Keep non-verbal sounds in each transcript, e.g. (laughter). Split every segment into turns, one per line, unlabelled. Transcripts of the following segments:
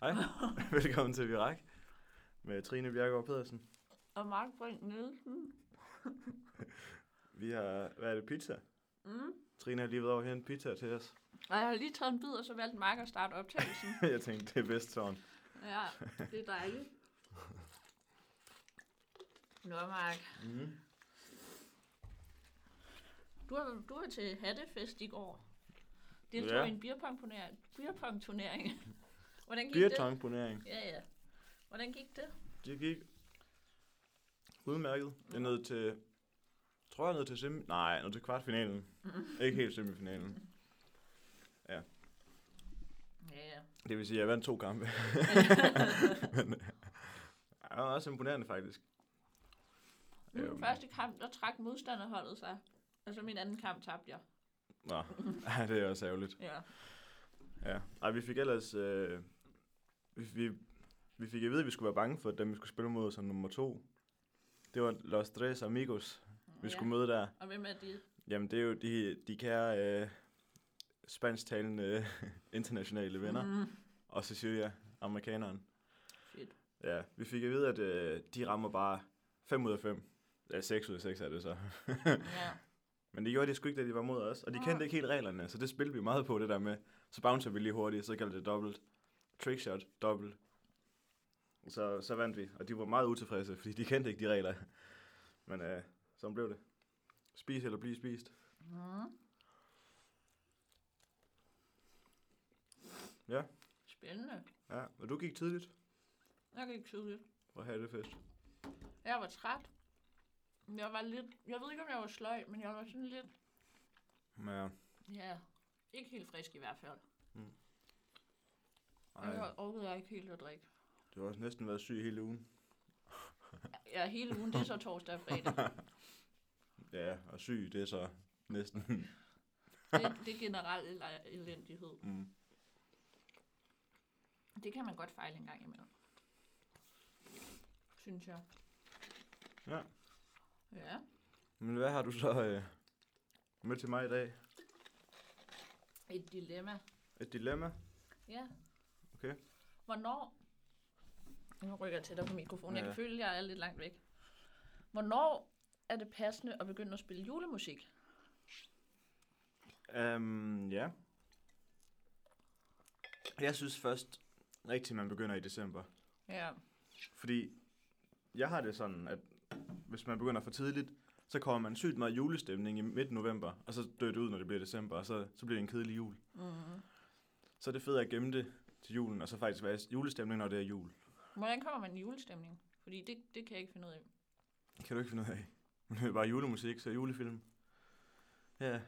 Hej, (laughs) velkommen til Virak med Trine Bjergaard Pedersen.
Og Mark Brink Nielsen.
Vi har, hvad er det, pizza?
Mm.
Trine har lige været over her en pizza til os. (laughs)
Og jeg har lige taget en bid, og så valgte Mark at starte optagelsen.
Jeg tænkte, det er bedst sådan.
(laughs) ja, det er dejligt. Nå, Mark.
Mm.
Du var, du var til hattefest i går. Det
Ja.
ja. i en
(laughs)
beerpong-turnering. Hvordan gik det?
Beertongponering.
Ja, ja. Hvordan gik det?
Det gik udmærket.
Mm.
Jeg nåede til, tror jeg nåede til semi... Nej, jeg nåede til kvartfinalen.
Mm.
Ikke helt semifinalen.
Ja,
(laughs)
ja.
Det vil sige, at jeg vandt to kampe. (laughs) Men, øh, det var også imponerende, faktisk.
Nu den
Øhm.
første kamp, der trak modstanderholdet sig. Og så min anden kamp tabte jeg. (laughs)
Nå, Ej, det er også ærgerligt.
Ja.
Ja. Ej, vi fik ellers... Øh, vi, vi, vi fik at vide, at vi skulle være bange for dem, vi skulle spille mod som nummer to. Det var Los Tres Amigos, vi ja.
ja.
skulle møde der.
Og hvem er det?
Jamen, det er jo de, de kære øh, spansktalende (laughs) øh, internationale venner. Mm.
Mm.
Og Cecilia, amerikaneren.
Fedt.
Ja, vi fik at vide, at øh, de rammer bare 5 ud af 5. Ja, 6 ud af 6 er det så.
Ja.
Men det gjorde de sgu ikke, da de var mod os. Og de kendte
Nej.
ikke helt reglerne, så det spillede vi meget på, det der med. Så bouncer vi lige hurtigt, så kaldte det dobbelt. Trickshot, dobbelt. Så, så vandt vi, og de var meget utilfredse, fordi de kendte ikke de regler. Men øh, sådan blev det. Spis eller blive spist.
Mm.
Ja.
Spændende.
Ja, og du gik tidligt
Jeg gik tidligt.
for at have det fest.
Jeg var træt. Jeg var lidt... Jeg ved ikke, om jeg var sløj, men jeg var sådan lidt...
Men ja,
Ja, ikke helt frisk i hvert fald. Og
ej,
jeg orkede jeg ikke helt at drikke.
det har også næsten været syg hele ugen.
Ja, hele ugen, det er så torsdag og fredag.
Ja, og syg, det er så næsten.
Det, det er generelt el- elendighed.
Mm.
Det kan man godt fejle en gang imellem. Synes jeg.
Ja.
Ja.
Men hvad har du så øh, med til mig i dag?
Et dilemma.
Et dilemma?
Ja.
Okay.
Hvornår... Nu rykker jeg tættere på mikrofonen. Jeg
Ja.
kan føle, at jeg er lidt langt væk. Hvornår er det passende at begynde at spille julemusik?
Um, ja. Jeg synes først rigtigt, man begynder i december.
Ja.
Fordi jeg har det sådan, at hvis man begynder for tidligt, så kommer man sygt meget julestemning i midt november, og så dør det ud, når det bliver december, og så, så bliver det en kedelig jul.
Mm.
Så er det fedt at gemme det til julen, og så faktisk være i julestemning, når det er jul.
Hvordan kommer man i julestemning? Fordi det, det kan jeg ikke finde ud af.
Det kan du ikke finde ud af. Men det er bare julemusik, så julefilm. Ja,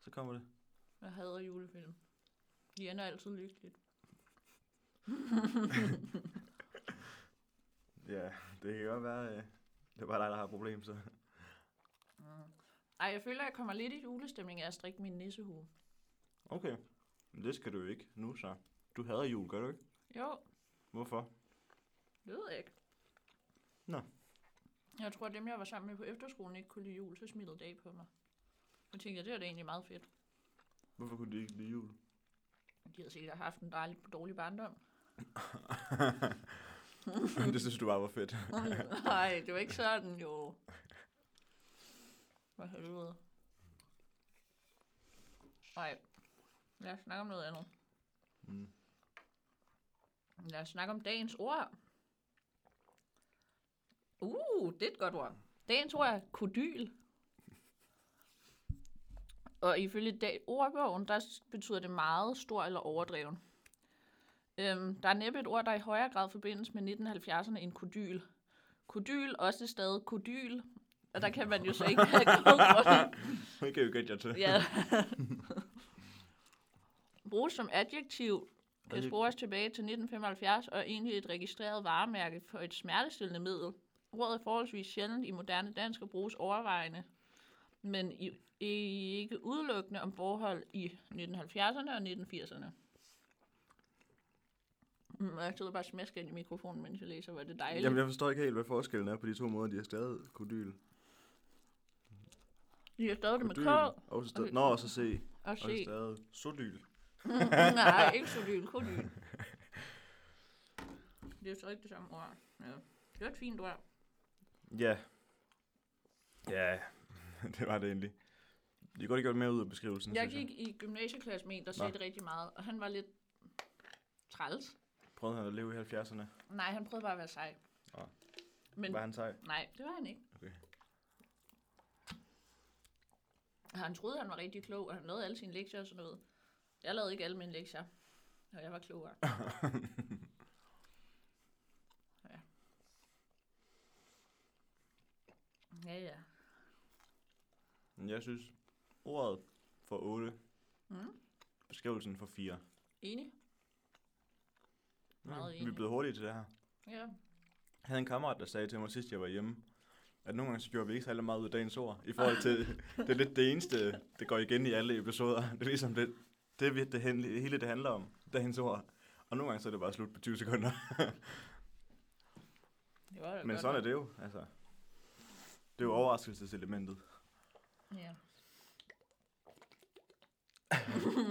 så kommer det.
Jeg hader julefilm. De ender altid lykkeligt.
Ja, det kan godt være, øh, det er bare dig, der har et problem, så.
Mm. Ej, jeg føler, at jeg kommer lidt i julestemning af at strikke min nissehue.
Okay. Men det skal du jo ikke nu, så. Du hader jul, gør du ikke?
Jo,
Hvorfor?
det ved jeg ikke.
Nå.
Jeg tror, at dem, jeg var sammen med på efterskolen, ikke kunne lide jul, så smittede det af på mig. Og tænkte jeg, det er da egentlig meget fedt.
Hvorfor kunne de ikke lide
(laughs)
jul?
De havde sikkert haft en dejlig, dårlig barndom.
det synes du bare var fedt. (laughs)
(laughs) Nej, det var ikke sådan, jo. Hvad helvede. Nej, lad os snakke om noget andet.
Mm.
Lad os snakke om dagens ord. Uh, det er et godt ord. Dagens ord er kodyl. Og ifølge dag- ordbogen, der s- betyder det meget, stor eller overdreven. Øhm, der er næppe et ord, der i højere grad forbindes med 1970'erne end kodyl. Kodyl, også stadig kodyl. Og der kan man jo så ikke have gået rundt.
Det kan jo gætte jer til.
Ja. Bruges som adjektiv kan
Adjektiv.
spores tilbage til 1975 og er egentlig et registreret varemærke for et smertestillende middel. Ordet er forholdsvis sjældent i moderne dansk og bruges overvejende, men i, i, ikke udelukkende om forhold i 1970'erne og 1980'erne. Mm, og Jeg sidder bare og smasker ind i mikrofonen, mens jeg læser, hvor er det dejligt.
Jamen, jeg forstår ikke helt, hvad forskellen er på de to måder, de har stadig kodyl.
jeg har stadig det med
Kodyl,
K
Og så
Og
stadig...
det-
Nå, og så se.
og
Og så
C.
stadig sodyl.
Nej, ikke så dyl, kun dyl. det er jo så ikke det samme ord. Ja. Det var et fint ord.
Ja. Ja, (laughs) det var det egentlig. De kunne godt have gjort mere ud af beskrivelsen,
Jeg
synes jeg.
gik i gymnasieklasse med en, der
Nå.
sagde det rigtig meget, og han var lidt træls.
Prøvede han at leve i 70'erne?
Nej, han prøvede bare at være sej.
Nå.
Men
Var han sej?
nej, det var han ikke.
Okay.
Og Han troede, han var rigtig klog, og han lavede alle sine lektier og sådan noget. Jeg lavede ikke alle mine lektier, og jeg var klogere.
(laughs)
ja. Ja, ja.
Men Jeg synes, ordet for 8,
Mm.
beskrivelsen for 4.
Enig? Meget
Vi er
enig.
blevet hurtige til det her.
Ja.
Jeg havde en kammerat, der sagde til mig sidst, jeg var hjemme, at nogle gange så gjorde vi ikke særlig meget ud af dagens ord, i forhold
(laughs)
til, det er lidt det eneste, det går igen i alle episoder. Det er ligesom det, det, vi- det, hen- det hele det handler om, dagens ord. Og nogle gange så er det bare slut på 20 sekunder.
Det var da
Men
godt
sådan er
nok.
det jo, altså. Det er jo overraskelseselementet.
Ja.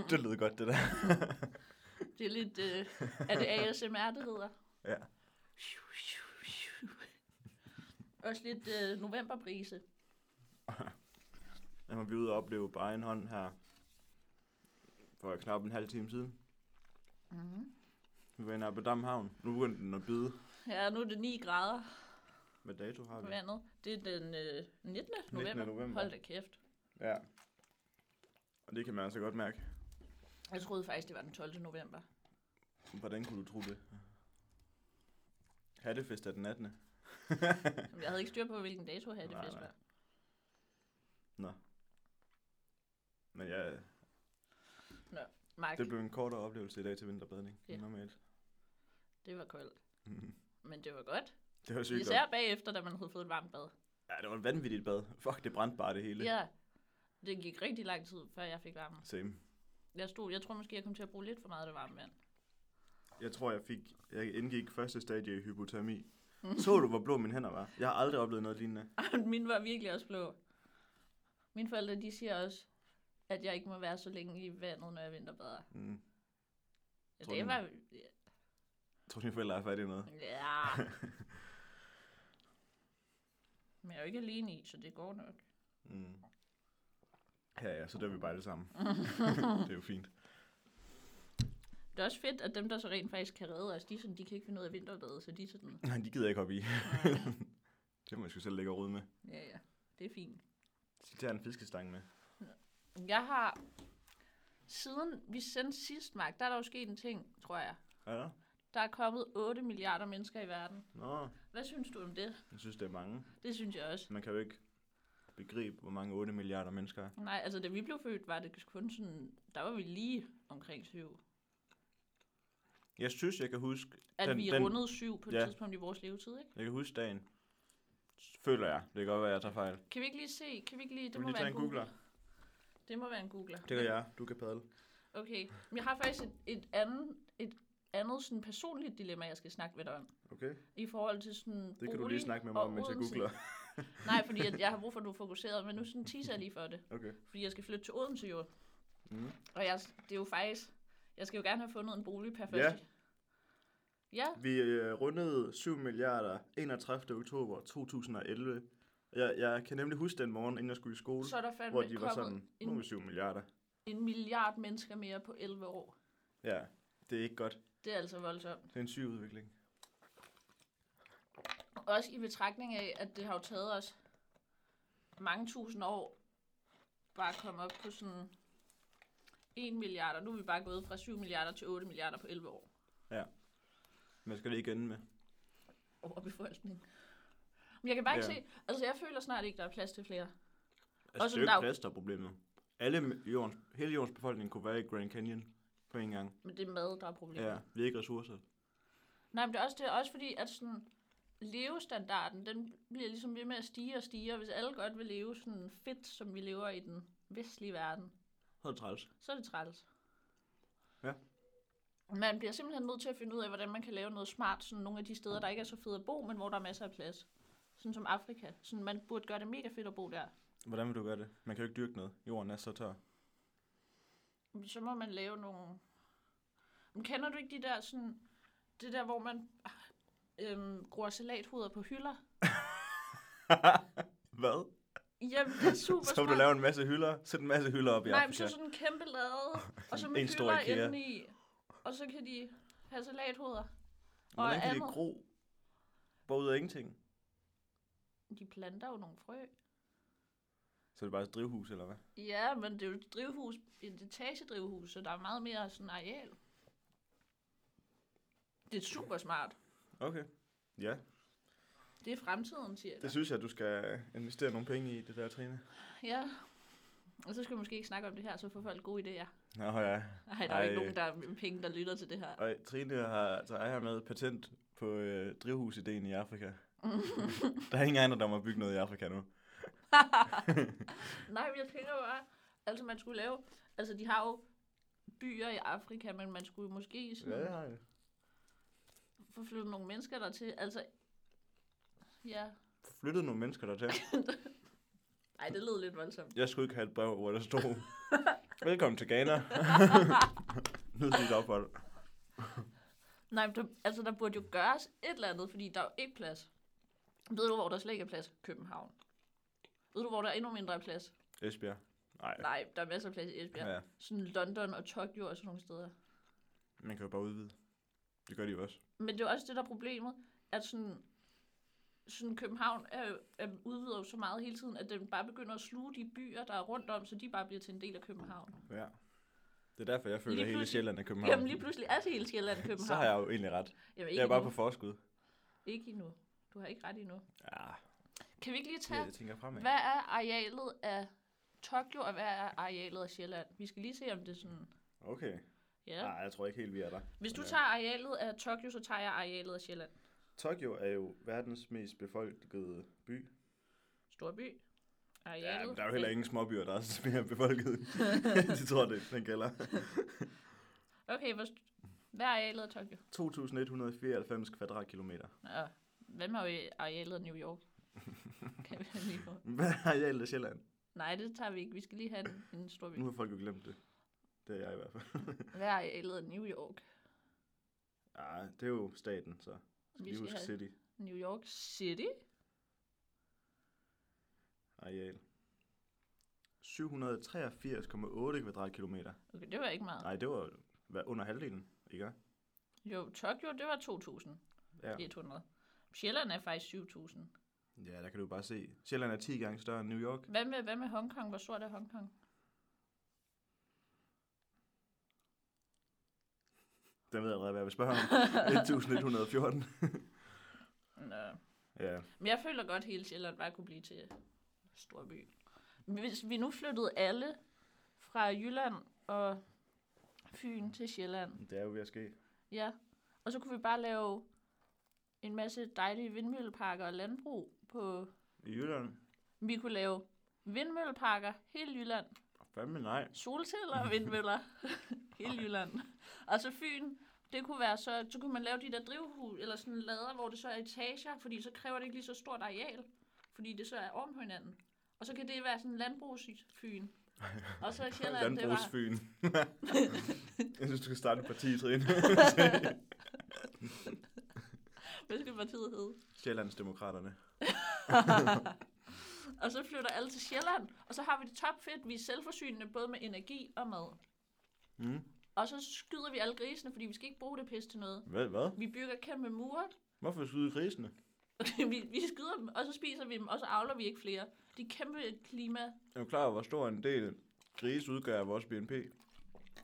Det lød godt, det der.
Det er lidt... Øh, er det ASMR, det hedder?
Ja.
Også lidt øh, novemberbrise.
Jeg var vi ude og opleve på egen hånd her for knap en halv time siden.
Mm.
Vi var inde på Damhavn. Nu begyndte den at bide.
Ja, nu er det 9 grader
Hvad dato har
på
vi?
vandet. Det er den øh, 19.
19.
november.
november.
Hold da kæft.
Ja. Og det kan man altså godt mærke.
Jeg troede faktisk, det var den
(laughs)
12. november.
Hvordan kunne du tro det? Hattefest er den 18.
Men Jeg havde ikke styr på, hvilken dato havde det
Nej,
fest
nej.
var.
Men ja,
Mark,
det
det...
blev en kortere oplevelse i dag til vinterbadning.
Ja.
Ja. Normalt. (laughs)
det var koldt.
Mhm.
Men det var godt.
Det var sygt
Især
godt.
bagefter, da man havde fået et varmt bad.
Ja, det var et vanvittigt bad. Fuck, det brændte bare det hele.
Ja, det gik rigtig lang tid, før jeg fik varmen.
Same.
Jeg, stod, jeg tror måske, jeg kom til at bruge lidt for meget af det varme vand. (laughs)
Jeg tror, jeg fik... Jeg indgik første stadie i hypotermi.
Mm.
Så du, hvor blå mine hænder var? Jeg har aldrig oplevet noget lignende.
Min var virkelig også blå. Mine forældre, de siger også, at jeg ikke må være så længe i vandet, når jeg vinterbader.
Mm.
Ja,
Tror
det
du-
var...
Jeg tror, dine forældre er færdige med.
Ja. (laughs) Men jeg er jo ikke alene i, så det går nok.
Mm. Ja, ja, så dør vi bare alle
(laughs)
sammen. (laughs) det er jo fint.
Det er også fedt, at dem, der så rent faktisk kan redde os, de, er sådan, de kan ikke finde ud af vinterbadet, så de er sådan...
Nej, de gider ikke op i. det må jeg sgu selv lægge og rode med.
Ja, ja, det er fint.
De tager en fiskestang med.
Jeg har... Siden vi sendte sidst, Mark, der er der jo sket en ting, tror jeg.
Er der?
Der er kommet 8 milliarder mennesker i verden.
Nå,
Hvad synes du om det?
jeg synes, det er mange.
Det synes jeg også.
Man kan jo ikke begribe, hvor mange 8 milliarder mennesker er.
Nej, altså da vi blev født, var det kun sådan, der var vi lige omkring syv.
Jeg synes, jeg kan huske,
At
Den-
den, vi
den-
rundede syv på et
ja.
ja. tidspunkt i vores levetid, ikke?
jeg kan huske dagen. Føler jeg. Det kan godt være, jeg tager fejl. Det
Kan vi ikke lige se? Kan vi ikke lige, det
kan vi
må
lige
være
tage
en
en
googler.
googler.
Det må være en googler.
Det gør jeg. Du kan padle.
Okay, men jeg har faktisk et, et andet, et andet sådan personligt dilemma, jeg skal snakke ved dig om.
Okay?
I forhold til sådan
Det kan du lige
bolig
snakke med mig om,
og
mens jeg
Odense.
googler.
Nej, fordi
(laughs)
at jeg har brug for, at du er fokuseret, men nu sådan teaser jeg lige for det.
Okay.
Fordi jeg skal flytte til Odense jo.
Mm.
Og jeg, det er jo faktisk, jeg skal jo gerne have fundet en bolig per
Ja.
første. Ja,
Vi øh, rundede 7 milliarder 31. oktober 2011. Jeg, jeg kan nemlig huske den morgen, inden jeg skulle i skole,
så er der fandme
hvor de var
kommet
sådan, nu er
en,
vi 7 milliarder.
en milliard mennesker mere på 11 år.
Ja, det er ikke godt.
Det er altså voldsomt.
Det er en syg udvikling.
Også i betragtning af, at det har jo taget os mange tusind år bare at komme op på sådan 1 milliard, og nu er vi bare gået fra 7 milliarder til 8 milliarder på 11 år
Man skal det ikke ende med.
over befolkningen. Men jeg kan bare ikke
Ja.
se, altså jeg føler snart ikke, der er plads til flere.
Altså,
Også
det er jo
der
ikke
er jo-
plads, der er problemet. Alle m- jordens, hele jordens befolkning kunne være i Grand Canyon på en gang.
Men det er mad, der er problemet.
Ja, vi er ikke ressourcer.
Nej, men det er også, det er også fordi, at sådan, levestandarden, den bliver ligesom ved med at stige og stige, og hvis alle godt vil leve sådan fedt, som vi lever i den vestlige verden,
Så er det træls.
så er det træls.
Ja.
Man bliver simpelthen nødt til at finde ud af, hvordan man kan lave noget smart, sådan nogle af de steder, der ikke er så fede at bo, men hvor der er masser af plads. Sådan som Afrika. Sådan, man burde gøre det mega fedt at bo der.
Hvordan vil du gøre det? Man kan jo ikke dyrke noget. Jorden er så tør.
Men Så må man lave nogle... Men kender du ikke de der sådan... Det der, hvor man øhm, gror salathuder på hylder.
(laughs) Hvad?
Jamen, det er
(laughs)
super
Så vil du
smart.
lave en masse hylder, sæt en masse hylder op i
Nej, men
Afrika.
så sådan en kæmpe
(laughs)
lade, og så
En
med en
stor
hylder
IKEA.
indeni. Og så kan de have salathoveder.
Hvordan kan de
andet.
gro? Bare ud af ingenting.
De planter jo nogle frø.
Så er det bare et drivhus, eller hvad?
Ja, men det er jo et drivhus, et etagedrivhus, så der er meget mere sådan areal. Det er super smart.
Okay. Ja,
Det er fremtiden, siger
det
jeg.
synes jeg, du skal investere nogle penge i, det der, Trine.
Ja. Og så skal vi måske ikke snakke om det her, så får folk gode idéer.
Nå ja.
Nej, der er jo
Ej.
ikke nogen, der er penge, der lytter til det
(laughs)
her.
Og Trine har, så er her med patent på øh, drivhusideen i
(laughs)
Afrika. der er ingen andre, der må bygge noget i Afrika nu.
Nej, men jeg tænker bare, altså man skulle lave, altså de har jo byer i Afrika, men man skulle måske sådan ja.
har jeg.
få flyttet nogle mennesker dertil. Altså, ja.
Flyttet nogle mennesker dertil.
Ej, det lød lidt voldsomt.
Jeg skulle ikke have et brev, hvor der
(laughs)
stod, velkommen til Ghana. Nødvendigt ophold.
Nej, men der, altså der burde jo gøres et eller andet, fordi der er jo ikke plads. Ved du, hvor der slet ikke er plads? København. Ved du, hvor der er endnu mindre plads?
Esbjerg. Nej.
Nej, der er masser af plads i Esbjerg. Ja.
Ja.
Sådan London og Tokyo og sådan nogle steder.
Man kan jo bare udvide. Det gør de jo også.
Men det er jo også det, der er problemet, at sådan, sådan København er, jo- er udvider jo så meget hele tiden, at den bare begynder at sluge de byer, der er rundt om, så de bare bliver til en del af København.
Ja. Det er derfor, jeg føler,
Lige
at hele
pludselig-
Sjælland er København.
Jamen lige pludselig er det hele Sjælland København.
(laughs) Så har jeg jo egentlig ret.
Jamen, ikke
Jeg er bare
endnu.
på forskud.
Ikke endnu. Du har ikke ret endnu.
Ja,
Kan vi ikke lige tage
jeg tænker fremad.
Hvad er arealet af Tokyo, og hvad er arealet af Sjælland? Vi skal lige se, om det er sådan...
Okay.
Ja.
Nej, jeg tror ikke helt, vi er der.
Hvis du
Ah, Ja.
tager arealet af Tokyo, så tager jeg arealet af Sjælland.
Tokyo er jo verdens mest befolkede by.
Storby. Arealet.
Ja, men der er jo heller ingen småbyer, der er mere befolket. det tror jeg, det, den gælder.
Okay, hvor st- hvad er arealet af Tokyo?
2.194 kvadratkilometer.
Ja. Hvem er jo arealet af New
(laughs)
York? kan vi lige få?
Hvad er arealet af Sjælland?
Nej, det tager vi ikke. Vi skal lige have en, en storby.
Nu har folk jo glemt det. Det er jeg i hvert fald. (laughs)
Hvad er arealet af New York?
Ja, det er jo staten, så. Skal
Vi
lige
skal
huske
have
City.
New York City.
Areal. 783,8 kvadratkilometer.
Okay, det var ikke meget.
Nej, det var hvad, under halvdelen, ikke?
Jo, Tokyo, det var 2.100.
Ja.
Sjælland er faktisk 7.000.
ja, der kan du bare se. Sjælland er 10 gange større end New York.
Hvad med, hvad med Hongkong? Hvor stort er Hongkong?
Den ved jeg allerede, hvad jeg vil spørge om. (laughs) 1.114.
Nå.
ja.
Men jeg føler godt, at hele Sjælland bare kunne blive til storby. Hvis vi nu flyttede alle fra Jylland og Fyn til Sjælland,
Det er jo ved at ske.
ja, og så kunne vi bare lave en masse dejlige vindmølleparker og landbrug på...
I Jylland?
Vi kunne lave vindmølleparker, hele Jylland,
Fandme nej.
solceller og
(laughs)
vindmøller, hele Jylland. Og så Fyn, det kunne være så, så kunne man lave de der drivhus, eller sådan lader, hvor det så er etager, fordi så kræver det ikke lige så stort areal, fordi det så er oven på hinanden. Og så kan det være sådan
(laughs)
landbrugsfyn. Og så er Sjælland, det var... (laughs)
Landbrugsfyn. jeg synes, du skal starte et parti, Trine.
Hvad skal partiet hedde?
Sjællandsdemokraterne.
Og så flytter alle til Sjælland, og så har vi det topfedt. Vi er selvforsynende både med energi og mad.
Mm.
Og så skyder vi alle grisene, fordi vi skal ikke bruge det pis til noget.
Hvad, hvad?
Vi bygger kæmpe mure,
Hvorfor skyde grisene?
(laughs) vi, vi skyder dem, og så spiser vi dem, og så avler vi ikke flere. De er kæmpe klima.
Er du klar over, hvor stor en del grise udgør af vores BNP?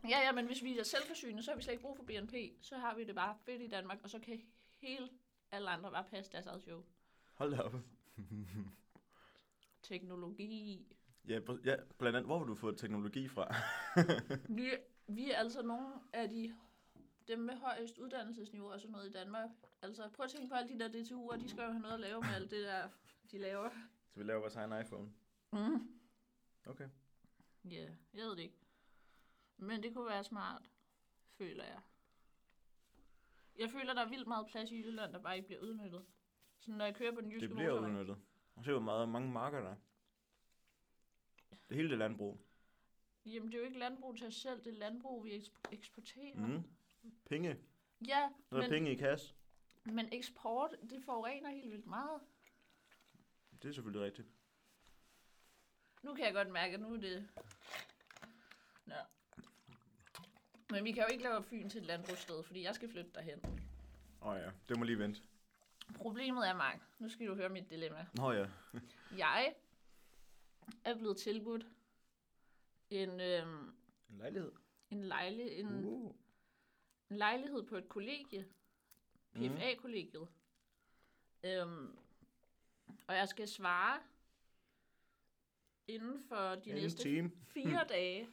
Ja, ja, men hvis vi er selvforsynende, så har vi slet ikke brug for BNP. Så har vi det bare fedt i Danmark, og så kan hele alle andre bare passe deres eget show.
Hold da op.
(laughs) Teknologi.
Ja, pr- ja, blandt andet, hvor har du fået teknologi fra?
Vi, vi er altså nogle af de dem med højest uddannelsesniveau og sådan noget i Danmark. Altså prøv at tænke på alle de der DTU'er, de skal jo have noget at lave med alt det der, de laver.
Så vi laver vores egen iPhone.
Mm.
Okay.
Ja, yeah, jeg ved det ikke. Men det kunne være smart, føler jeg. Jeg føler, der er vildt meget plads i Jylland, der bare ikke bliver udnyttet. Så når jeg kører på den jyske
Det bliver
motorvej-
udnyttet. Og se, hvor meget, mange marker der er. Det hele det landbrug.
Jamen, det er jo ikke landbrug til os selv, det er landbrug, vi eks- eksporterer.
Mm. Penge.
Ja,
Mm. Der er
men,
penge i kasse.
Men eksport, det forurener helt vildt meget.
Det er selvfølgelig rigtigt.
Nu kan jeg godt mærke, at nu er det... Nå. Men vi kan jo ikke lave Fyn til et landbrugssted, fordi jeg skal flytte derhen.
Åh oh, ja, det må lige vente.
Problemet er, Mark, nu skal du høre mit dilemma.
Nå ja.
Jeg er blevet tilbudt en, øhm,
En lejlighed.
en, lejli- en,
Uh.
en lejlighed på et kollegie.
Mhm. Mm.
PFA-kollegiet. Øhm, og jeg skal svare inden for de
En
næste
time.
fire dage. Okay.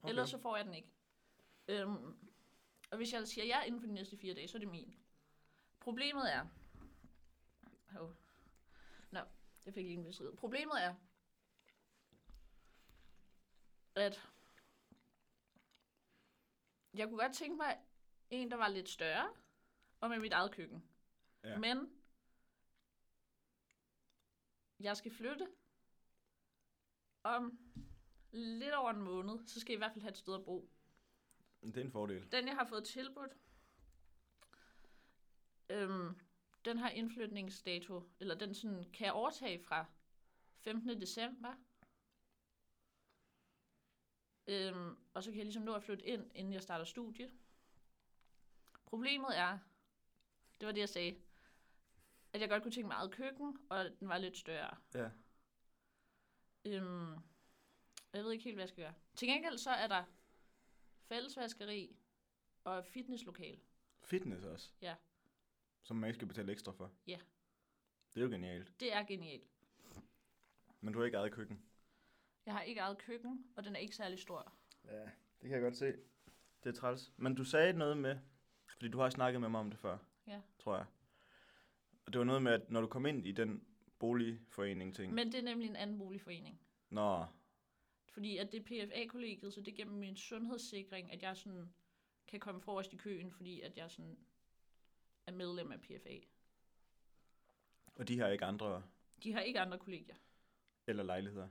Okay.
Ellers så får jeg den ikke. Øhm, og hvis jeg siger ja inden for de næste fire dage, så er det min. Problemet er... Oh. Nå, jeg fik lige en besked. Problemet er, at jeg kunne godt tænke mig en, der var lidt større, og med mit eget køkken.
Ja.
Ja. Men jeg skal flytte om lidt over en måned, så skal jeg i hvert fald have et sted at bo.
Det er en fordel.
Øhm, Den, jeg har fået tilbudt, øhm, den har indflytningsdato, eller den sådan, kan jeg overtage fra 15. december. Øhm, og så kan jeg ligesom nå at flytte ind, inden jeg starter studie. Problemet er, det var det, jeg sagde, at jeg godt kunne tænke mig eget køkken, og at den var lidt større.
Ja.
Øhm, jeg ved ikke helt, hvad jeg skal gøre. Til gengæld så er der fællesvaskeri og fitnesslokal.
Fitness også.
Ja.
Som man ikke skal betale ekstra for.
Ja.
Det er jo genialt.
Det er genialt.
Men du har ikke eget køkken.
Jeg har ikke eget køkken, og den er ikke særlig stor.
Ja, det kan jeg godt se. Det er træls. Men du sagde noget med, fordi du har snakket med mig om det før.
Ja.
Tror jeg. Og det var noget med, at når du kom ind i den boligforening-ting.
Men det er nemlig en anden boligforening.
Nå,
Fordi at det er PFA-kollegiet, så det er gennem min sundhedssikring, at jeg sådan kan komme forrest i køen, fordi at jeg sådan er medlem af PFA.
og de har ikke andre,
De har ikke andre kollegier.
eller lejligheder,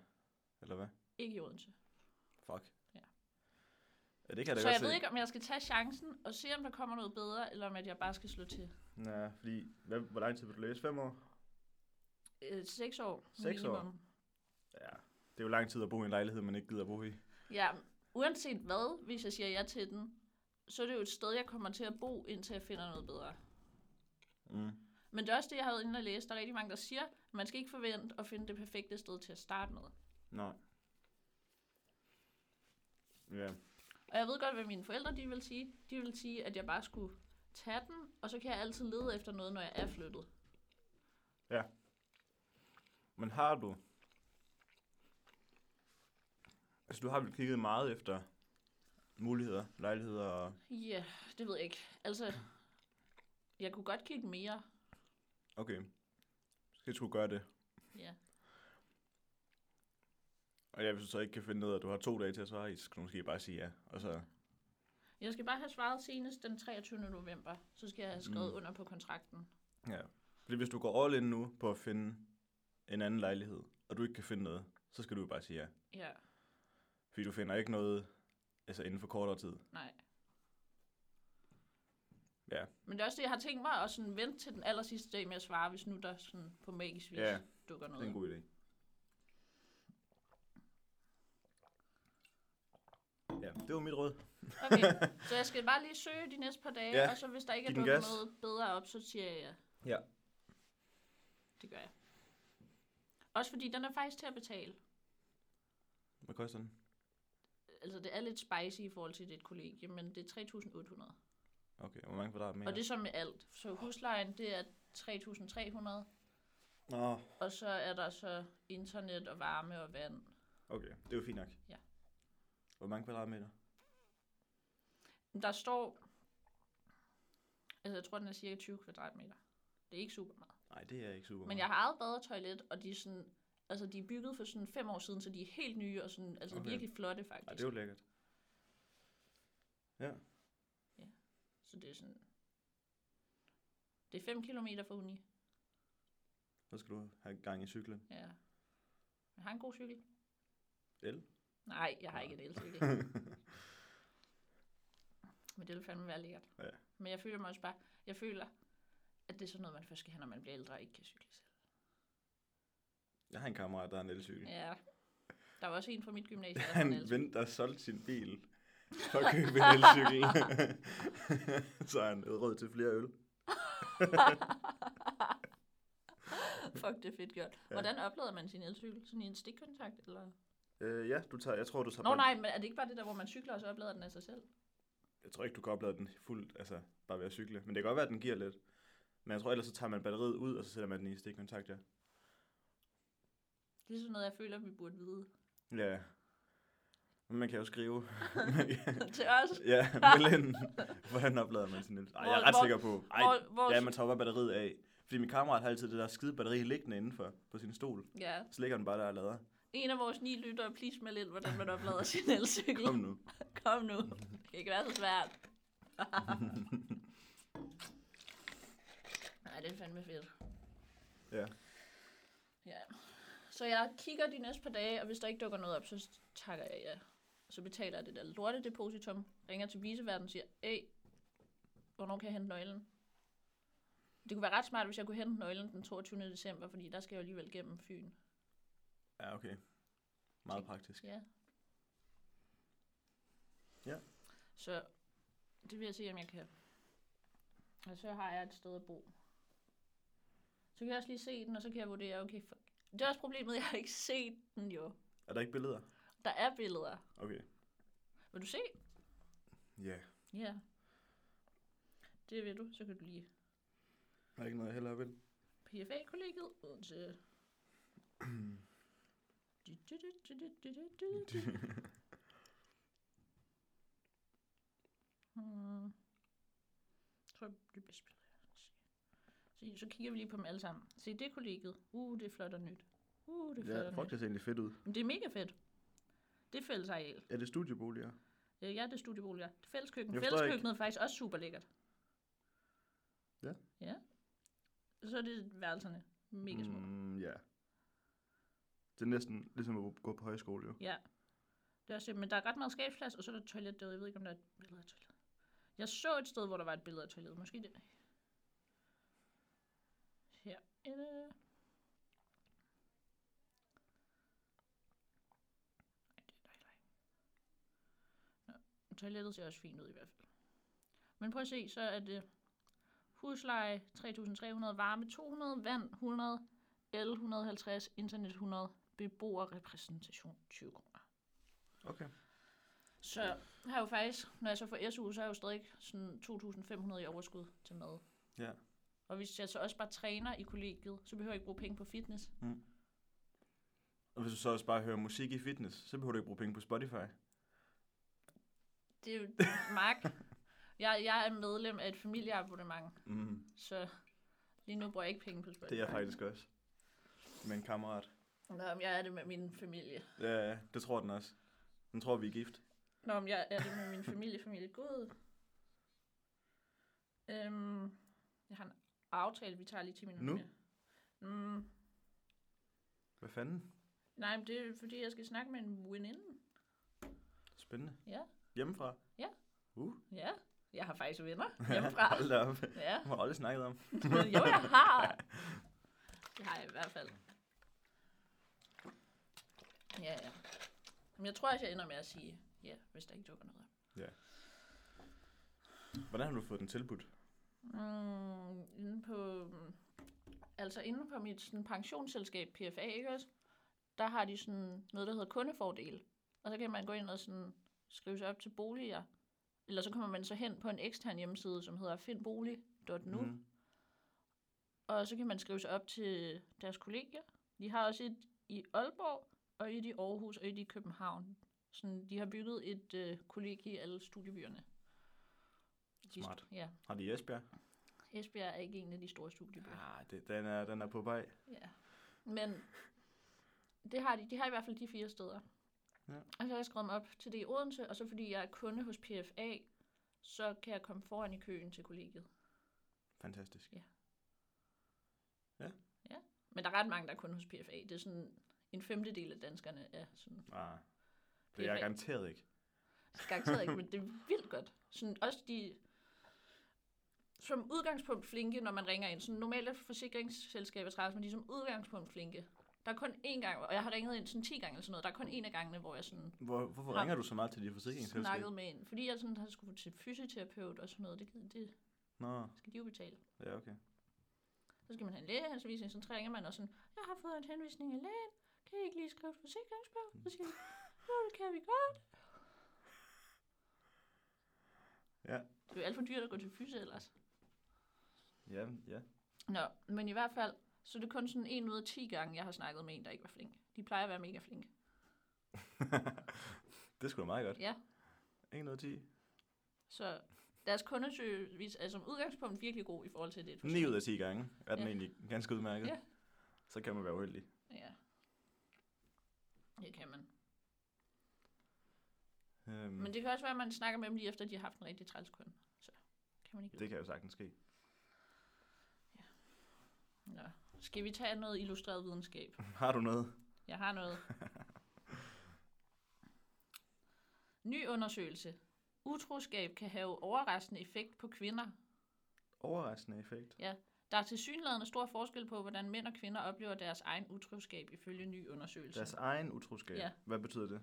eller hvad?
Ikke i Odense.
Fuck.
Ja.
ja det kan jeg da
så
godt
jeg
se.
ved ikke, om jeg skal tage chancen og se, om der kommer noget bedre, eller om at jeg bare skal slå til.
Nej, fordi, hvad, hvor lang tid vil du læse? Fem år?
Øh, seks år
Seks år?
minimum.
Ja, det er jo lang tid at bo i en lejlighed, man ikke gider at bo i.
Ja, uanset hvad, hvis jeg siger ja til den, så er det jo et sted, jeg kommer til at bo, indtil jeg finder noget bedre.
Mm.
Men det er også det, jeg har været inde og læse. Der er rigtig mange, der siger, at man skal ikke forvente at finde det perfekte sted til at starte med.
Nej. Ja,
Og jeg ved godt, hvad mine forældre de vil sige. De vil sige, at jeg bare skulle tage den, og så kan jeg altid lede efter noget, når jeg er flyttet.
men har du... Altså, du har vel kigget meget efter muligheder, lejligheder og,
Ja, yeah, det ved jeg ikke. Altså, jeg kunne godt kigge mere.
okay, skal jeg skulle gøre det.
Ja.
Og ja, hvis du så ikke kan finde noget, og du har to dage til at svare i, så skal du måske bare sige ja. Og så,
Jeg skal bare have svaret senest den 23. november. Så skal jeg have skrevet mm. under på kontrakten.
ja. Fordi hvis du går all in nu på at finde en anden lejlighed, og du ikke kan finde noget, så skal du jo bare sige ja.
Ja,
Fordi du finder ikke noget altså inden for kortere tid.
nej.
Ja.
Men det er også det, jeg har tænkt mig at sådan vente til den aller sidste dag med at svare, hvis nu der sådan på magisk vis
Ja,
ja, dukker
Det er en
noget.
god idé. Ja, det var mit råd. (laughs)
Okay, så jeg skal bare lige søge de næste par dage,
Ja,
ja. og så hvis der ikke er
giv den
dukket
gas.
noget bedre op, så siger jeg ja.
Ja.
Det gør jeg. Også fordi den er faktisk til at betale.
Hvad koster den?
Altså det er lidt spicy i forhold til dit kollegie, men det er 3.800.
Okay, hvor mange kvadratmeter?
Og det er så med alt. Så huslejen, det er 3.300,
Nå,
og så er der så internet og varme og vand.
okay, det er jo fint nok.
Ja.
Hvor mange kvadratmeter?
Der står... Altså, jeg tror, den er cirka 20 kvadratmeter. Det er ikke super meget.
Nej, det er ikke super
Men jeg har eget bad og toilet, og de er sådan... Altså, de er bygget for sådan fem år siden, så de er helt nye og sådan... Altså,
Okay.
okay. virkelig flotte, faktisk.
Nej, det er jo lækkert. Ja,
Så det er sådan... Det er 5 km fra uni.
så skal du have gang i cyklen.
Ja. Jeg har en god cykel.
El?
Nej, jeg har ikke en elcykel.
(laughs)
Men det ville fandme være lækkert.
Ja.
Men jeg føler mig også bare... Jeg føler, at det er sådan noget, man først skal have, når man bliver ældre og ikke kan cykle selv.
Jeg har en kammerat, der har en elcykel.
Ja. Der var også en fra mit gymnasium,
(laughs)
der havde en
Han
elcykel.
vendte og solgte sin bil for at købe
(laughs)
en elcykel. (laughs) så har han råd til flere øl.
(laughs) Fuck, det er fedt gjort. Hvordan oplader man sin elcykel? Sådan i en stikkontakt? Eller?
Øh, ja, du tager, jeg tror, du tager
Nå
bare-
nej, men er det ikke bare det der, hvor man cykler, og så oplader den af sig selv?
Jeg tror ikke, du kan oplade den fuldt, altså bare ved at cykle. Men det kan godt være, at den giver lidt. Men jeg tror ellers, så tager man batteriet ud, og så sætter man den i stikkontakt, ja.
Det er sådan noget, jeg føler, vi burde vide. (laughs)
Ja. Men man kan jo skrive.
Til os.
ja, meld ind. Hvordan oplader man sin el? Ej, jeg er ret
Hvor-
sikker på. Ej,
Hvor, hvor,
ja, man tager bare batteriet af. Fordi min kammerat har altid det der skide batteri liggende indenfor på sin stol.
ja.
Så ligger den bare der og lader.
En af vores ni lyttere, please meld ind, hvordan man oplader (laughs) sin elcykel.
Kom nu.
Kom nu. Det kan ikke være så svært. (laughs) Nej, det er fandme fedt.
Ja.
Ja. Så jeg kigger de næste par dage, og hvis der ikke dukker noget op, så takker jeg ja. Så betaler jeg det der lortedepositum, ringer til viseverden og siger, hey, hvornår kan jeg hente nøglen? Det kunne være ret smart, hvis jeg kunne hente nøglen den 22. december, fordi der skal jeg jo alligevel gennem Fyn.
Ja, okay. Meget praktisk.
Ja.
Ja.
Så det vil jeg se, om jeg kan. Og så har jeg et sted at bo. Så kan jeg også lige se den, og så kan jeg vurdere, okay, for... det er også problemet, jeg har ikke set den jo.
Er der ikke billeder?
Der er billeder.
Okay.
Vil du se?
Ja. Yeah.
Ja. Det vil du, så kan du lige
Der er ikke noget, jeg hellere vil.
PFA-kollegiet ud til... Hmm. Jeg (laughs) tror, det bliver spillet. Se, så kigger vi lige på dem alle sammen. Se, det er kollegiet. Uh, det er flot og nyt. Uh, det er flot
Ja,
og
fuck,
nyt.
det ser egentlig fedt ud.
Men det er mega fedt. Det er fællesareal.
Er det studieboliger?
Øh, Ja, det er studieboliger. Det er fælleskøkken.
Jeg forstår ikke.
Fælleskøkkenet er faktisk også super lækkert.
Ja.
Ja. Så er det værelserne. Mega små.
Mm, ja. Det er næsten ligesom at gå på højskole, jo.
Ja. Det er også, det. men der er ret meget skabsplads, og så er der et toilet derude. Jeg ved ikke, om der er et billede af toilet. Jeg så et sted, hvor der var et billede af toilet. Måske det. Her. Toilettet ser også fint ud i hvert fald. Men prøv at se, så er det husleje 3.300, varme 200, vand 100, el 150, internet 100, beboerrepræsentation 20 kroner.
Okay.
Så har jeg jo faktisk, når jeg så får SU, så har jeg jo stadig sådan 2.500 i overskud til mad.
Ja.
Og hvis jeg så også bare træner i kollegiet, så behøver jeg ikke bruge penge på fitness.
Og hvis du så også bare hører musik i fitness, så behøver du ikke bruge penge på Spotify.
(laughs) Det er jo mark. Jeg, jeg er medlem af et familieabonnement,
Mm,
så lige nu bruger jeg ikke penge på Spotify.
det er jeg faktisk også. Med en kammerat.
Nå, men jeg er det med min familie.
Ja, ja, det tror den også. Den tror, vi er gift.
Nå, men jeg er det med min familie. Familie god. Øhm, jeg har en aftale, vi tager lige 10 minutter
Nu?
mere. Mm,
Hvad fanden?
nej, men det er fordi, jeg skal snakke med en veninde.
Spændende.
Ja.
Hjemmefra?
Ja, jeg har faktisk venner
(laughs)
hjemmefra.
Hold da op.
ja,
Det har aldrig snakket om.
jo, jeg har. Det har jeg i hvert fald. Ja, ja. Men jeg tror også, jeg ender med at sige ja, hvis der ikke dukker noget op.
Hvordan har du fået den tilbudt?
Mm, inde på, altså inde på mit sådan, pensionsselskab, PFA, ikke også? Der har de sådan noget, der hedder kundefordel. Og så kan man gå ind og sådan, skrive sig op til boliger. Eller så kommer man så hen på en ekstern hjemmeside, som hedder findbolig.nu. Mm.
Mm.
Og så kan man skrive sig op til deres kollegier. De har også et i Aalborg, og et i Aarhus, og et i København. Sådan, de har bygget et øh, kollegie i alle studiebyerne. De-
Smart.
Ja,
Har de i Esbjerg?
Esbjerg er ikke en af de store studiebyer.
Ah, det, den, er, den er på vej.
Ja. Men det har de. De har i hvert fald de fire steder.
Ja.
Og så har jeg skrevet mig op til det i Odense, og så fordi jeg er kunde hos PFA, så kan jeg komme foran i køen til kollegiet.
Fantastisk.
Men der er ret mange, der er kunde hos PFA. Det er sådan en femtedel af danskerne er sådan
Ah,
Det
det
er
er jeg
re-
garanteret ikke.
garanteret ikke, men det er vildt godt. Sådan også de som udgangspunkt flinke, når man ringer ind. Sådan normalt er forsikringsselskaber træls, men de er som udgangspunkt flinke. Der er kun én gang, og jeg har ringet ind sådan 10 gange eller sådan noget, der er kun en af gangene, hvor jeg sådan
Hvor, hvorfor
Har-
ringer du så meget til de forsikringsselskaber?
snakkede med en. Fordi jeg sådan har skulle til fysioterapeut og sådan noget, det, gid- det
Nå,
skal de jo betale.
ja, okay.
Så skal man have en lægehenvisning, så ringer man og sådan, jeg har fået en henvisning af lægen, kan I ikke lige skrive et forsikringsbrev? Så siger de, jo, det kan vi godt.
Ja.
Det er jo alt for dyrt at gå til fys ellers.
Ja, ja.
Nå, men i hvert fald, så det er kun sådan en ud af 10 gange, jeg har snakket med en, der ikke var flink. De plejer at være mega flink.
det er sgu da meget godt.
Ja.
1 ud af 10.
Så deres kundeservice er som udgangspunkt virkelig god i forhold til det. er et
9 ud af 10 gange er den
Ja.
ja. egentlig ganske udmærket.
Ja.
Så kan man være uheldig.
Ja. Det kan man.
Øhm,
Men det kan også være, at man snakker med dem lige efter, at de har haft en rigtig træls kunde. Så kan man ikke
det kan jo sagtens ske. (laughs)
Nå. Skal vi tage noget illustreret videnskab?
Har du noget?
Jeg har
(laughs)
noget. Ny undersøgelse. Utroskab kan have overraskende effekt på kvinder.
Overraskende effekt.
Der er tilsyneladende stor forskel på, hvordan mænd og kvinder oplever deres egen utroskab ifølge ny undersøgelse.
Deres egen utroskab.
Ja.
Hvad betyder det?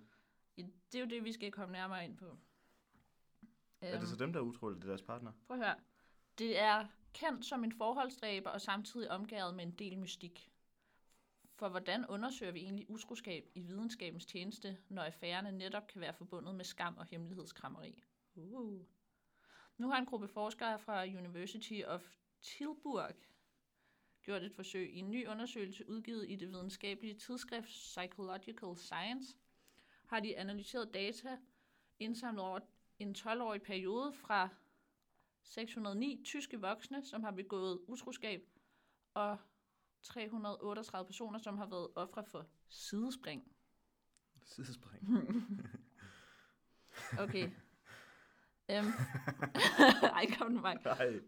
Ja, Det er jo det, vi skal komme nærmere ind på. Øhm,
Er det så dem, der er utro, eller det er deres partner?
Prøv at høre. Det er kendt som en forholdsdræber og samtidig omgået med en del mystik. For hvordan undersøger vi egentlig utroskab i videnskabens tjeneste, når affærerne netop kan være forbundet med skam og hemmelighedskrammeri? Uh. Nu har en gruppe forskere fra University of Tilburg gjort et forsøg i en ny undersøgelse udgivet i det videnskabelige tidsskrift Psychological Science, har de analyseret data indsamlet over en 12-årig periode fra 609 tyske voksne, som har begået utroskab, og 338 personer, som har været ofre for sidespring.
Sidespring.
Okay. øhm. (laughs) Ej, kom nu, Mark.
(laughs) Nej.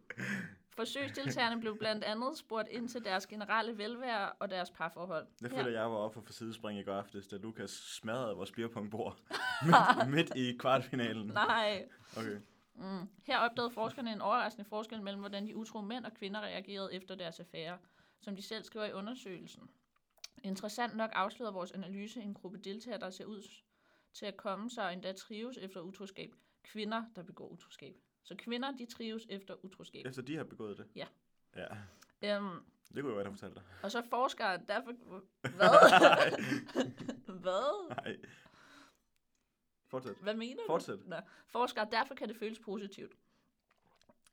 Forsøgsdeltagerne blev blandt andet spurgt ind til deres generelle velvære og deres parforhold.
Jeg
Her-
føler, jeg var oppe for sidespring i går aftes, da Lukas smadrede vores
(laughs)
beerpongbord midt, midt i kvartfinalen.
Nej.
Okay.
Mm. Her opdagede forskerne en overraskende forskel mellem, hvordan de utro mænd og kvinder reagerede efter deres affære, som de selv skriver i undersøgelsen. Interessant nok afslører vores analyse en gruppe deltagere, der ser ud til at komme sig og endda trives efter utroskab. Kvinder, der begår utroskab. Så kvinder, de trives efter utroskab.
Efter de har begået det?
Ja.
Ja,
Øhm,
det kunne jeg godt have
(laughs)
fortalt dig.
og så forskere, derfor... Hvad? Hvad?
Nej. Fortsæt.
Hvad mener du?
Fortsæt.
Nå, forskere, derfor kan det føles positivt.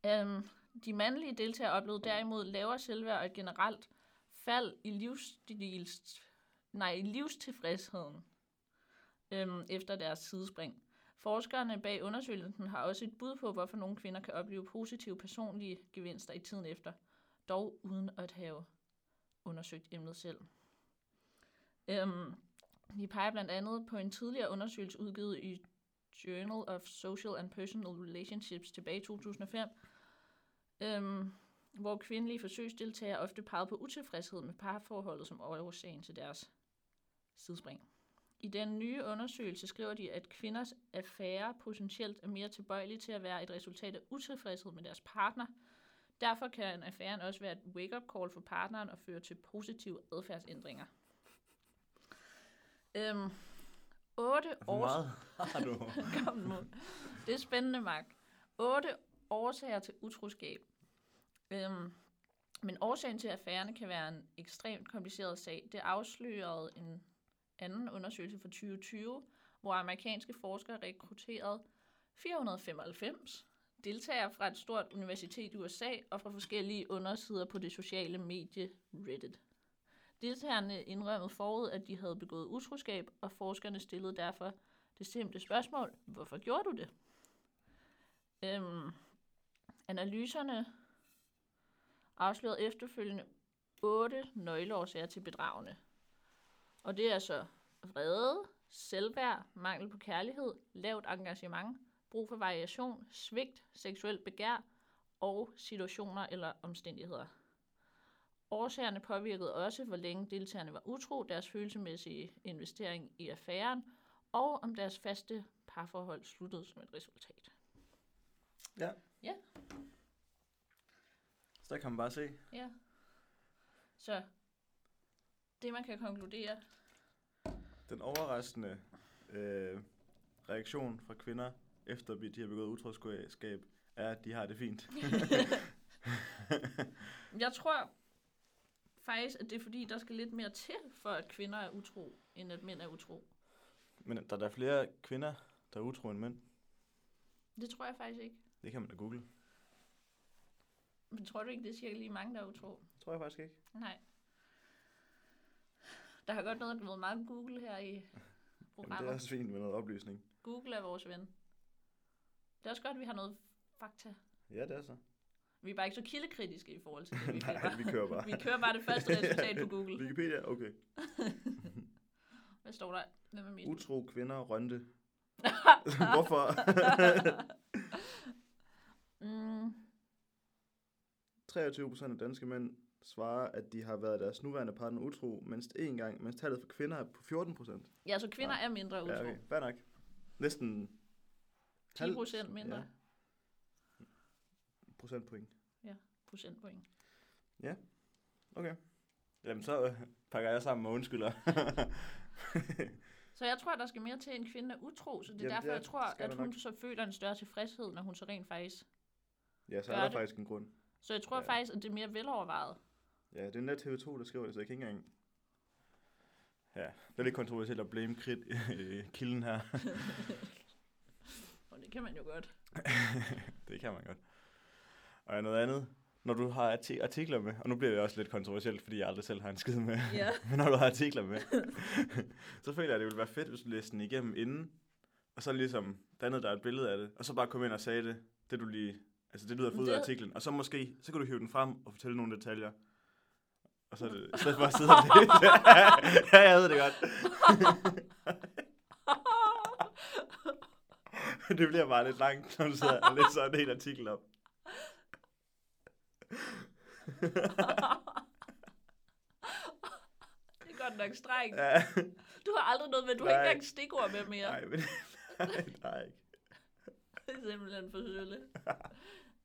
Øhm, de mandlige deltagere oplevede derimod lavere selvværd og et generelt fald i, livsstils, nej, i livstilfredsheden øhm, efter deres sidespring. Forskerne bag undersøgelsen har også et bud på, hvorfor nogle kvinder kan opleve positive personlige gevinster i tiden efter, dog uden at have undersøgt emnet selv. Øhm, de peger blandt andet på en tidligere undersøgelse udgivet i Journal of Social and Personal Relationships tilbage i 2005, øhm, hvor kvindelige forsøgsdeltagere ofte pegede på utilfredshed med parforholdet som årsagen til deres sidespring. I den nye undersøgelse skriver de, at kvinders affære potentielt er mere tilbøjelige til at være et resultat af utilfredshed med deres partner. Derfor kan affæren også være et wake-up call for partneren og føre til positive adfærdsændringer. Øhm, 8
Hvor
års...
meget har du?
(laughs) Kom nu. Det er spændende, Mark. Otte årsager til utroskab. Øhm, men årsagen til affærerne kan være en ekstremt kompliceret sag. Det afslørede en anden undersøgelse fra 2020, hvor amerikanske forskere rekrutterede 495 deltagere fra et stort universitet i USA og fra forskellige undersider på det sociale medie Reddit. Deltagerne indrømmede forud, at de havde begået utroskab, og forskerne stillede derfor det simple spørgsmål, hvorfor gjorde du det? Øhm, analyserne afslørede efterfølgende otte nøgleårsager til bedragene. Og det er så vrede, selvværd, mangel på kærlighed, lavt engagement, brug for variation, svigt, seksuel begær og situationer eller omstændigheder. Årsagerne påvirkede også, hvor længe deltagerne var utro, deres følelsesmæssige investering i affæren og om deres faste parforhold sluttede som et resultat.
ja.
Ja.
Så der kan man bare se.
Ja. Så det, man kan
(laughs)
konkludere,
Den overraskende øh, reaktion fra kvinder, efter vi- de har begået utroskab, er, at de har det fint.
jeg tror faktisk, at det er fordi, der skal lidt mere til, for at kvinder er utro, end at mænd er utro.
Men der er der flere kvinder, der er utro end mænd.
Det tror jeg faktisk ikke.
Det kan man da google.
Men tror du ikke, det er cirka lige mange, der er utro?
Tror jeg faktisk ikke.
Nej. Der har godt noget været meget Google her i
Jamen, det er
programmet.
også fint med noget oplysning.
Google er vores ven. Det er også godt, at vi har noget fakta.
Ja, det er så.
Vi er bare ikke så kildekritiske i forhold
(laughs)
til det. Vi,
Nej, vi kører bare.
(laughs) vi kører bare det
(laughs)
første resultat på Google.
Wikipedia, okay.
Hvad står der? Hvem er mest?
Utro kvinder rønte.
(laughs)
Hvorfor? (laughs) Uh.
mm,
23 procent af danske mænd svarer, at de har været deres nuværende partner utro, mens en gang, mens tallet for kvinder er på 14 procent.
ja, så kvinder er mindre utro.
Ja, okay. Fair nok. Næsten
10 procent mindre
Ja. procentpoint.
procentpoint.
Okay. Jamen, så øh, pakker jeg sammen med undskylder. (laughs)
Så jeg tror, der skal mere til, en kvinde er utro. Så det er
Jamen,
derfor,
ja,
jeg tror,
det skal
at
der
hun
nok.
så føler en større tilfredshed, når hun så rent faktisk...
ja, så
Gør
er der
det.
faktisk en grund.
Så jeg tror
Ja.
faktisk, at det er mere velovervejet.
Ja, det er net TV2, der skriver det, så jeg kan ikke engang... Ja, det er lidt kontroversielt at blame krit, øh, (laughs) kilden her.
Og det kan man jo
(laughs)
godt.
det kan man godt. Og noget andet, når du har arti- artikler med, og nu bliver det også lidt kontroversielt, fordi jeg aldrig selv har en skid med,
Ja.
(laughs) men når du har artikler med, (laughs) så føler jeg, at det ville være fedt, hvis du læste den igennem inden, og så ligesom dannede der et billede af det, og så bare kom ind og sagde det, det du lige, altså det du havde fået ud af
Det-
artiklen, og så måske, så kan du hive den frem og fortælle nogle detaljer. Og så er det, i stedet for at
(laughs)
sidde og læse. ja, jeg ved det (laughs) godt. det bliver bare lidt langt, når du sidder og læser en hel artikel op.
det er godt nok strengt.
Ja.
Du har aldrig noget med, du har ikke
Nej.
engang stikord med
(laughs)
mere.
Nej, men (laughs) nej, nej.
Det er simpelthen for sølle.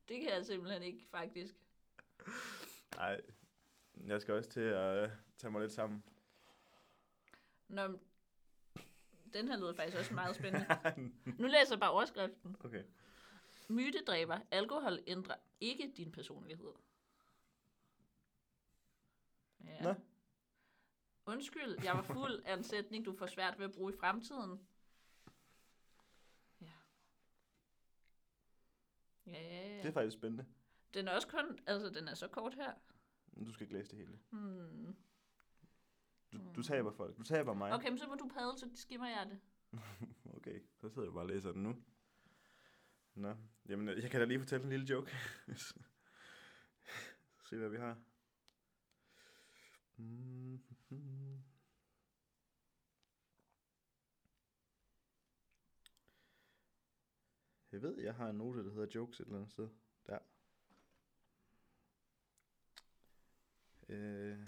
Det kan jeg simpelthen ikke, faktisk.
Nej. Jeg skal også til at øh, tage mig lidt sammen.
Nå, men den her lyder faktisk også meget spændende. Nu læser jeg bare overskriften.
(laughs) okay.
Mytedræber. Alkohol ændrer ikke din personlighed. Ja.
Nå.
Undskyld, jeg var fuld af en sætning, du får svært ved at bruge i fremtiden. Ja. Ja, ja,
Det er
ja.
faktisk spændende.
Den er også kun, altså den er så kort her.
Men Du skal ikke læse det hele.
Hmm.
Du, du taber folk. Du taber mig.
Mm. Okay, men så må du padle, så skimmer jeg det.
okay. Så sidder jeg bare og læser den nu. Nå. Jamen, jeg kan da lige fortælle en lille joke. (laughs) Se, hvad vi har. Mhm. Jeg ved, jeg har en note, der hedder jokes et eller andet sted. Der. Øh.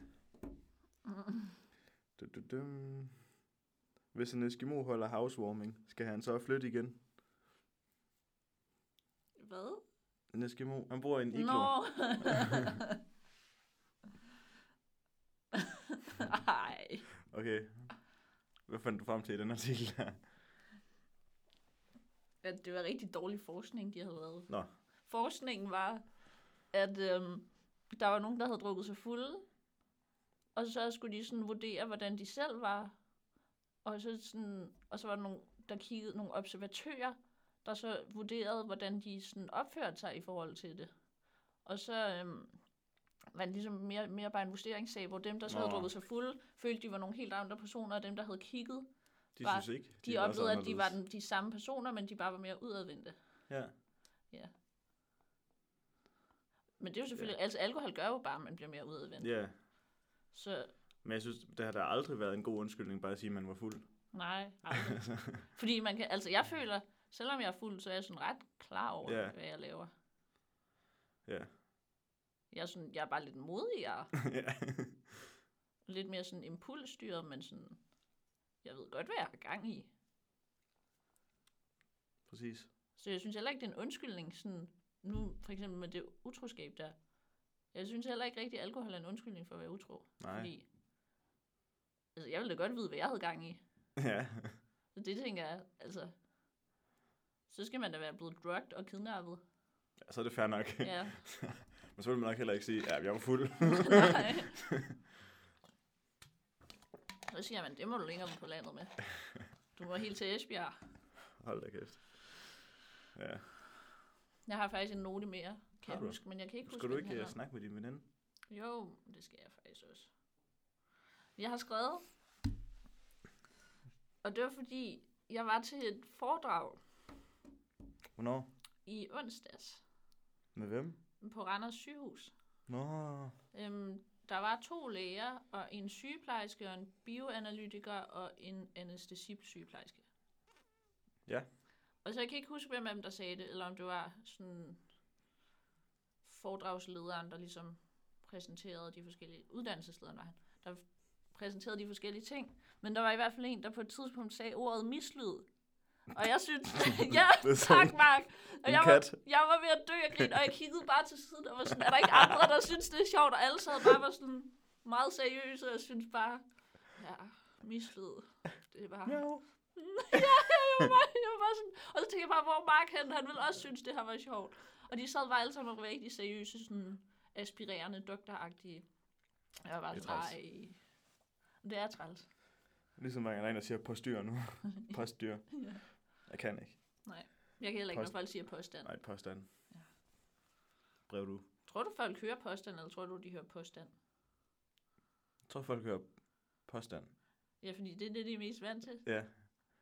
Du, du, dum. Hvis en Eskimo holder housewarming, skal han så flytte igen?
Hvad?
En Eskimo, han bor i en iglo.
Nå. (laughs) Ej.
Okay. Hvad fandt du frem til i den artikel (laughs) her?
at det var rigtig dårlig forskning, de havde lavet.
Nå.
Forskningen var, at øhm, der var nogen, der havde drukket sig fulde, og så skulle de sådan vurdere, hvordan de selv var. Og så, sådan, og så var der nogen, der kiggede, nogle observatører, der så vurderede, hvordan de sådan opførte sig i forhold til det. Og så øhm, var det ligesom mere, mere bare en vurderingssag, hvor dem, der så havde
Nå.
drukket sig fulde, følte, de var nogle helt andre personer, og dem, der havde kigget,
De
Bare-
synes ikke.
de, de
var så
oplevede, at de var
anderledes.
den, de samme personer, men de bare var mere udadvendte.
Ja.
Men det er jo selvfølgelig, ja. altså alkohol gør jo bare, at man bliver mere udadvendt. Ja.
ja.
Så
Men jeg synes, det har der aldrig været en god undskyldning, bare at sige, at man var fuld. (laughs)
nej, aldrig. Fordi man kan, altså jeg føler, selvom jeg er fuld, så er jeg sådan ret klar over,
Ja.
ja. hvad jeg laver.
Ja.
Jeg er, sådan, jeg er bare lidt modigere,
ja.
lidt mere sådan impulsstyret, men sådan, jeg ved godt, hvad jeg har gang i.
Præcis.
Så jeg synes heller ikke, det er en undskyldning, sådan nu for eksempel med det utroskab der. Jeg synes heller ikke rigtig, at alkohol er en undskyldning for at være utro.
Nej.
Fordi, altså, jeg ville da godt vide, hvad jeg havde gang i.
(laughs) ja.
Så det tænker jeg, altså... Så skal man da være blevet drugged
(laughs)
og kidnappet.
ja, så er det fair nok.
Ja.
Men så vil man nok heller ikke sige, ja, jeg var fuld.
Nej. Så siger man, det må du længere på landet med. Du må helt til Esbjerg.
Hold da kæft. Ja.
Jeg har faktisk en note mere, kan
Har
jeg
du?
huske, men jeg kan ikke huske,
Skal du
hvad den
ikke uh,
handler
snakke med din veninde?
om. Jo, det skal jeg faktisk også. Jeg har skrevet, og det var fordi, jeg var til et foredrag
Hvornår?
i onsdags
Med hvem?
på Randers sygehus.
Nå.
Øhm, der var to læger, og en sygeplejerske, og en bioanalytiker, og en anæstesisygeplejerske.
Ja.
Og så jeg kan ikke huske, hvem af dem, der sagde det, eller om det var sådan foredragslederen, der ligesom præsenterede de forskellige, uddannelseslederen var han, der præsenterede de forskellige ting. Men der var i hvert fald en, der på et tidspunkt sagde ordet mislyd. Og jeg
(laughs)
synes, (laughs) ja,
Det er
tak
sådan
Mark. Og
en
jeg var,
kat.
jeg var ved at dø af grin, og jeg kiggede bare til siden og var sådan, er der ikke andre, der synes, det er sjovt? Og alle sad bare var sådan meget seriøse, og jeg synes bare, ja, mislyd. Det er (laughs) bare...
Miau.
Jeg var, jeg var bare sådan, og så tænkte jeg bare, hvor er Mark hen, han ville også synes, det her var sjovt. Og de sad bare alle sammen og var rigtig seriøse, sådan aspirerende, doktoragtige. Jeg var bare
Det er
sådan,
træls.
nej. Det er træls.
Ligesom når der er en, der siger påstyr
(laughs)
nu. påstyr.
Ja.
Jeg kan ikke.
Jeg kan heller ikke, når
Post-
folk siger påstand.
Nej, påstand.
Ja.
Brev du.
Tror du, folk hører påstand, eller tror du, de hører påstand?
Jeg tror, folk hører påstand.
Ja, fordi det er det, de er mest vant til.
Ja.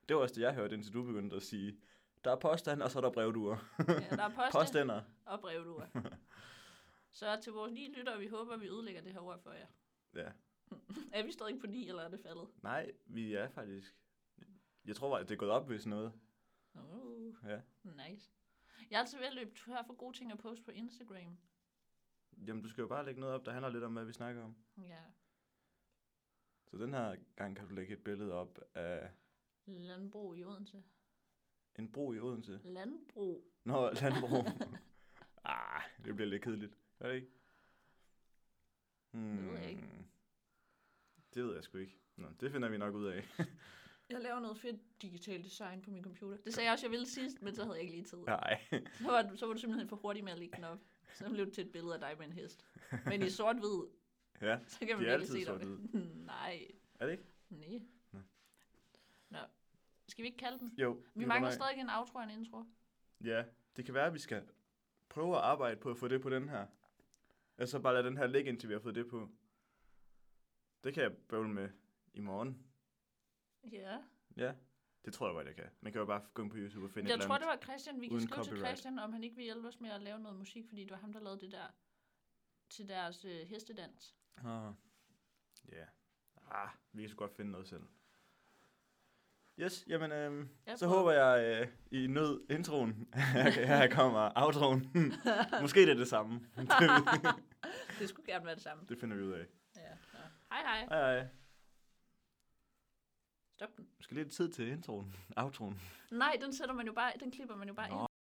Det var også det, jeg hørte, indtil du begyndte at sige, der er påstand, og så er der brevduer.
Ja, der
(laughs)
er påstand Posten.
Påstander.
og
(laughs)
brevduer. Så til vores nye lyttere, vi håber, vi ødelægger det her ord for jer.
Ja.
(laughs) Er vi stadig på 9, eller er det faldet?
Nej, vi er faktisk... Jeg tror, at det er gået op, hvis noget.
Oh,
Uh. Ja.
nice. Jeg er altid ved at løbe tør for gode ting at poste på Instagram.
Jamen, du skal jo bare lægge noget op, der handler lidt om, hvad vi snakker om.
Ja.
Så den her gang kan du lægge et billede op af
Landbrug i Odense.
en bro i Odense.
Landbrug.
Nå, (laughs) landbrug. ah, det bliver lidt kedeligt. Er det ikke? Hmm.
ved jeg ikke.
Det ved jeg sgu ikke. Nå, det finder vi nok ud af. (laughs)
Jeg laver noget fedt digital design på min computer. Det sagde jeg også, jeg ville sidst, men så havde jeg ikke lige tid.
Nej.
Så, var du, så var du simpelthen for hurtig med at lægge den op. Så blev det til et billede af dig med en hest. Men i sort-hvid,
ja,
så kan man
De er
ikke
altid
se dig. (laughs) Nej.
er det ikke?
Nej.
Nå.
Nå. Skal vi ikke kalde den?
Jo.
Vi
jo,
mangler
nej.
stadig en outro og en intro.
Ja, det kan være, at vi skal prøve at arbejde på at få det på den her. Og så bare lade den her ligge, indtil vi har fået det på. Det kan jeg bøvle med i morgen.
Ja.
Ja, det tror jeg godt, jeg kan. Man kan jo bare gå ind på YouTube og finde
Jeg
et
tror,
eller
det var Christian. Vi kan
Uden
skrive copyright. til
copyright.
Christian, om han ikke vil hjælpe os med at lave noget musik, fordi det var ham, der lavede det der til deres øh, hestedans.
andet. Ah. Ja. Ah, vi kan så godt finde noget selv. Yes, jamen, øhm,
Jeg
så
prøver.
håber jeg, øh, I nød introen. (laughs) her kommer
(laughs)
outroen. Måske det er det samme.
(laughs) Det skulle gerne være det samme.
Det finder vi ud af.
Ja. Nå. Hej hej.
Hej, hej.
Stop den.
Vi skal lige have tid til introen. Outroen.
Nej, den sætter man jo bare, den klipper man jo bare
Nå.
ind.